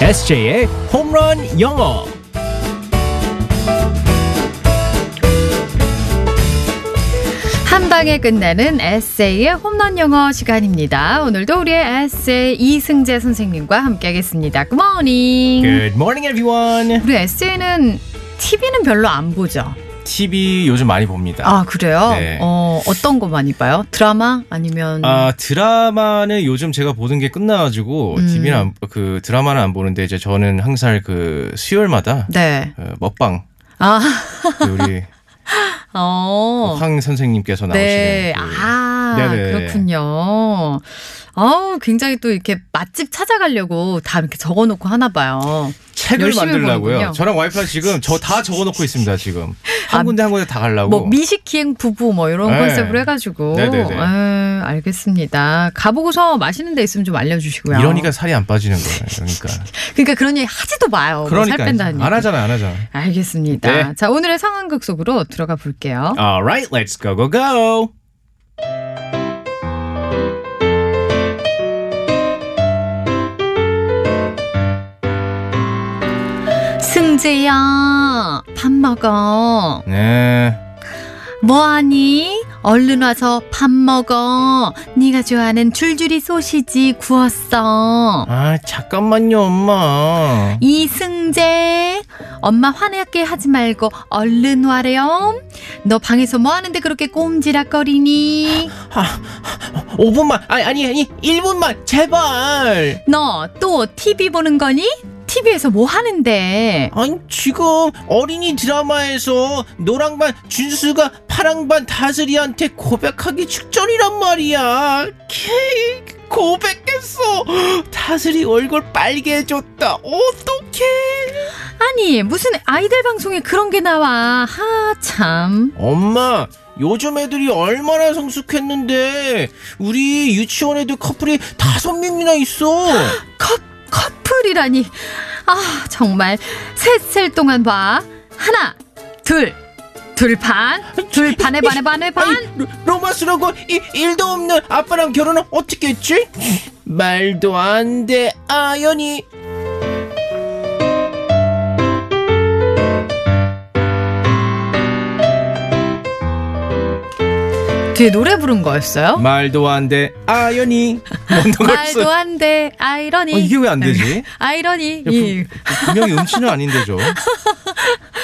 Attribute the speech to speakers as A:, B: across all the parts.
A: SJ의 홈런 영어.
B: 한 방에 끝내는 에세이의 홈런 영어 시간입니다. 오늘도 우리의 에세이 이승재 선생님과 함께하겠습니다. Good
C: 네.
B: morning.
A: Good morning, everyone.
B: 우리 에세이는 TV는 별로 안 보죠.
C: TV 요즘 많이 봅니다.
B: 아 그래요?
C: 네.
B: 어 어떤 거 많이 봐요? 드라마 아니면
C: 아, 드라마는 요즘 제가 보는 게 끝나가지고
B: 음.
C: TV는 안, 그 드라마는 안 보는데 이제 저는 항상 그 수요일마다
B: 네.
C: 어, 먹방
B: 아
C: 그 우리 뭐
B: 어.
C: 황 선생님께서 나오시는
B: 네.
C: 그
B: 아,
C: 네네.
B: 그렇군요. 어우, 굉장히 또 이렇게 맛집 찾아가려고 다 이렇게 적어 놓고 하나 봐요.
C: 책을
B: 열심히
C: 만들라고요.
B: 보는군요.
C: 저랑 와이프가 지금 저 다 적어놓고 있습니다. 지금 한
B: 아,
C: 군데 한 군데 다 가려고.
B: 뭐 미식 기행 부부 뭐 이런
C: 네.
B: 컨셉으로 해가지고
C: 네네네.
B: 에, 알겠습니다. 가보고서 맛있는 데 있으면 좀 알려주시고요.
C: 이러니까 살이 안 빠지는 거예요. 그러니까.
B: 그러니까 그런 얘기 하지도 마요. 뭐살
C: 그러니까 안
B: 뺀다는 얘기.
C: 하잖아, 안 하잖아.
B: 알겠습니다.
C: 네.
B: 자 오늘의 상황극 속으로 들어가 볼게요.
C: Alright, let's go go go. 아.
B: 승재야 밥 먹어.
C: 네.
B: 뭐하니? 얼른 와서 밥 먹어. 네가 좋아하는 줄줄이 소시지 구웠어.
C: 아 잠깐만요, 엄마.
B: 이승재 엄마 화내게 하지 말고 얼른 와래요 너 방에서 뭐하는데 그렇게 꼼지락거리니
C: 5분만 아, 아니 아니 아니 1분만 제발
B: 너 또 TV 보는 거니? TV에서 뭐 하는데
C: 아니 지금 어린이 드라마에서 노랑반 준수가 파랑반 다슬이한테 고백하기 직전이란 말이야 케이크 고백했어 다슬이 얼굴 빨개졌다 어떡해
B: 아니 무슨 아이들 방송에 그런 게 나와 하참
C: 엄마 요즘 애들이 얼마나 성숙했는데 우리 유치원 애들 커플이 다섯 명이나 있어
B: 컵, 커플이라니 아 정말 셋셀 동안 봐 하나 둘 둘반 둘반에 반에 반에 반
C: 아니, 로- 로마스라고 이, 일도 없는 아빠랑 결혼을 어떻게 했지? 말도 안 돼, 아연이.
B: 뒤에 노래 부른 거였어요?
C: 말도 안 돼, 아연이.
B: 말도 안 돼 아이러니
C: 어,
B: 네.
C: 이게 왜 안 되지?
B: 아이러니
C: 야,
B: 이.
C: 분명히 음치는 아닌데, 저.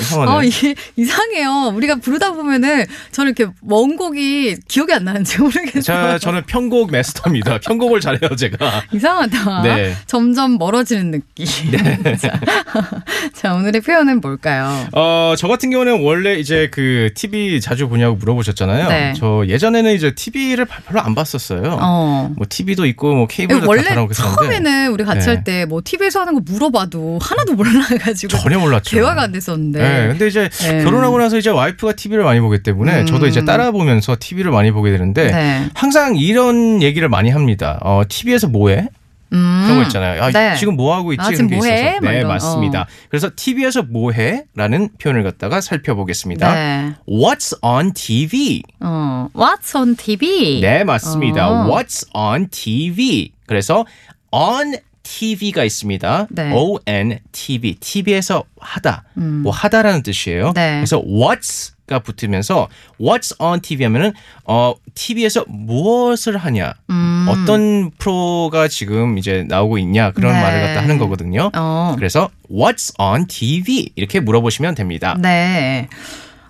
C: 이상하네.
B: 어, 이게 이상해요. 우리가 부르다 보면은 저는 이렇게 원곡이 기억이 안 나는지 모르겠어요.
C: 자, 저는 편곡 마스터입니다. 편곡을 잘해요, 제가.
B: 이상하다.
C: 네.
B: 점점 멀어지는 느낌. 자, 자, 오늘의 표현은 뭘까요?
C: 어, 저 같은 경우는 원래 이제 그 TV 자주 보냐고 물어보셨잖아요.
B: 네.
C: 저 예전에는 이제 TV를 별로 안 봤었어요.
B: 어.
C: 뭐 TV도 있고 뭐 케이블도 다
B: 원래
C: 달아놓고 했었는데
B: 처음에는 우리
C: 네.
B: 같이 할 때 뭐 TV에서 하는 거 물어봐도 하나도 몰라가지고
C: 전혀 몰랐죠.
B: 대화가 안
C: 네.
B: 됐었는데.
C: 근데 이제
B: 네.
C: 결혼하고 나서 이제 와이프가 TV를 많이 보기 때문에
B: 음.
C: 저도 이제 따라 보면서 TV를 많이 보게 되는데
B: 네.
C: 항상 이런 얘기를 많이 합니다. 어, TV에서 뭐해?
B: 음.
C: 그런 거 있잖아요. 아,
B: 네.
C: 지금 뭐 하고 있지?
B: 아, 지금
C: 그런 게
B: 뭐해?
C: 있어서.
B: 막
C: 네,
B: 이런,
C: 맞습니다. 그래서 TV에서 뭐해?라는 표현을 갖다가 살펴보겠습니다.
B: 네.
C: What's on TV?
B: 어. What's on TV?
C: 네, 맞습니다.
B: 어.
C: What's on TV? 그래서 on TV가 있습니다.
B: 네.
C: O N TV. TV에서 하다.
B: 음.
C: 뭐 하다라는 뜻이에요.
B: 네.
C: 그래서 what's가 붙으면서 what's on TV 하면은 어 TV에서 무엇을 하냐.
B: 음.
C: 어떤 프로가 지금 이제 나오고 있냐 그런
B: 네.
C: 말을 갖다 하는 거거든요.
B: 어.
C: 그래서 what's on TV 이렇게 물어보시면 됩니다.
B: 네.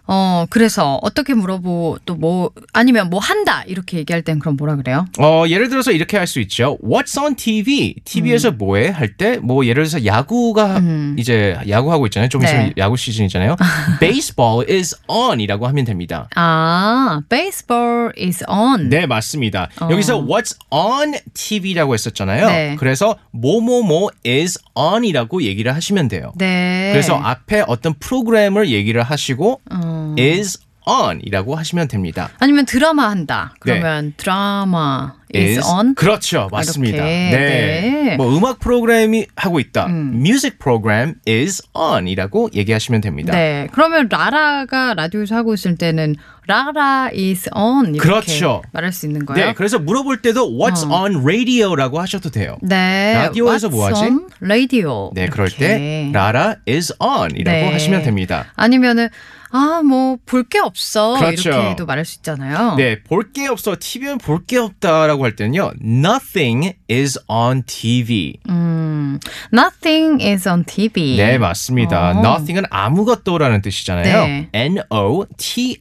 B: 어, 그래서 어떻게 물어보 또 뭐 아니면 뭐 한다 이렇게 얘기할 땐 그럼 뭐라 그래요?
C: 어, 예를 들어서 이렇게 할 수 있죠. What's on TV? TV에서 뭐해? 할 때, 뭐, 예를 들어서 야구가,
B: 음.
C: 이제, 야구하고 있잖아요. 좀
B: 네.
C: 있으면 야구 시즌이잖아요. Baseball is on 이라고 하면 됩니다.
B: 아, baseball is on.
C: 네, 맞습니다.
B: 음. 어.
C: 여기서 What's on TV라고 했었잖아요.
B: 네.
C: 그래서, 뭐뭐뭐 is on 이라고 얘기를 하시면 돼요.
B: 네.
C: 그래서 앞에 어떤 프로그램을 얘기를 하시고,
B: 어,
C: is on이라고 하시면 됩니다.
B: 아니면 드라마 한다.
C: 네.
B: 그러면 드라마 is,
C: is-
B: on.
C: 그렇죠. 맞습니다.
B: 이렇게,
C: 네.
B: 네.
C: 뭐 음악 프로그램이 하고 있다.
B: 음.
C: music program is on이라고 얘기하시면 됩니다.
B: 네. 그러면 라라가 라디오에서 하고 있을 때는 라라 is on 이렇게
C: 그렇죠.
B: 말할 수 있는 거예요.
C: 네, 그래서 물어볼 때도 what's
B: 어.
C: on radio라고 하셔도 돼요.
B: 네.
C: 라디오에서 뭐 하지?
B: What's on radio.
C: 네, 그럴
B: 이렇게.
C: 때 라라 is on이라고
B: 네.
C: 하시면 됩니다.
B: 아니면은 아 뭐 볼 게 없어
C: 그렇죠.
B: 이렇게도 말할 수 있잖아요.
C: 네, 볼 게 없어. TV는 볼 게 없다라고 할 때는요. Nothing is on TV.
B: 음, nothing is on TV.
C: 네, 맞습니다.
B: 어.
C: Nothing은 아무것도라는 뜻이잖아요.
B: 네.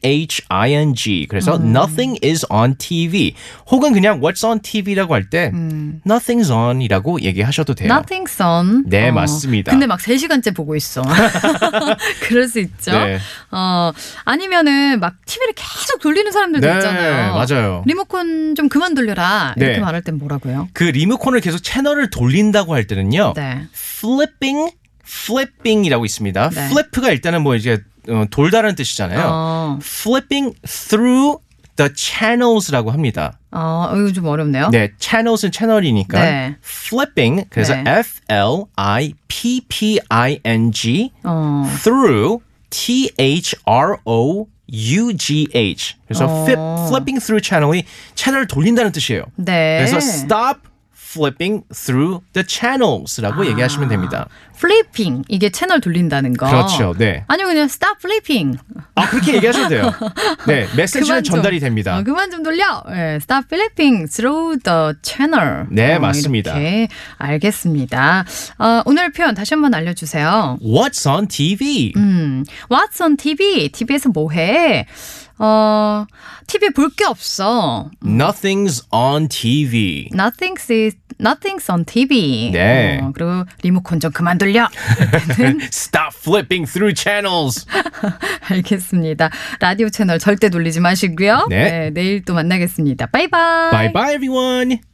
C: N-O-T-H-I-N-G. 그래서
B: 음.
C: nothing is on TV. 혹은 그냥 what's on TV라고 할 때
B: 음.
C: nothing's on이라고 얘기하셔도 돼요.
B: Nothing's on. 어,
C: 네, 맞습니다.
B: 근데 막 3시간째 보고 있어. 그럴 수 있죠.
C: 네.
B: 어, 아니면은 막 TV를 계속 돌리는 사람들도
C: 네,
B: 있잖아요.
C: 맞아요.
B: 리모컨 좀 그만 돌려라. 이렇게
C: 네.
B: 말할 땐 뭐라고요?
C: 그 리모컨을 계속 채널을 돌린다고 할 때는요.
B: 네.
C: flipping, flipping이라고 있습니다.
B: 네.
C: flip가 일단은 뭐 이제 어, 돌다라는 뜻이잖아요.
B: 어,
C: flipping through the channels라고 합니다.
B: 어, 이거 좀 어렵네요.
C: 네, channels은 채널이니까
B: 네.
C: flipping 그래서
B: 네.
C: F L I P P I N G
B: 어,
C: through T H R O U G H 그래서
B: 어.
C: flip, flipping through channel이 채널을 돌린다는 뜻이에요.
B: 네.
C: 그래서 stop flipping through the
B: 아.
C: channels라고 얘기하시면 됩니다.
B: 플리핑. 이게 채널 돌린다는 거.
C: 그렇죠. 네.
B: 아니요, 그냥 stop flipping.
C: 아 그렇게 얘기하셔도 돼요. 네, 메시지는 전달이 됩니다.
B: 어, 그만 좀 돌려. 예, stop flipping through the channel.
C: 네,
B: 어,
C: 맞습니다.
B: 이렇게 알겠습니다. 어, 오늘 표현 다시 한번 알려주세요.
C: What's on TV?
B: 음, What's on TV? TV에서 뭐해? 어, TV 볼 게 없어.
C: Nothing's on TV.
B: Nothing's is Nothing's on TV.
C: 네.
B: 어, 그리고 리모컨 좀 그만 돌려. 네, 음.
C: Stop flipping through channels.
B: 알겠습니다. 라디오 채널 절대 돌리지 마시고요.
C: 네.
B: 내일 또 만나겠습니다. 바이바이.
C: bye bye everyone.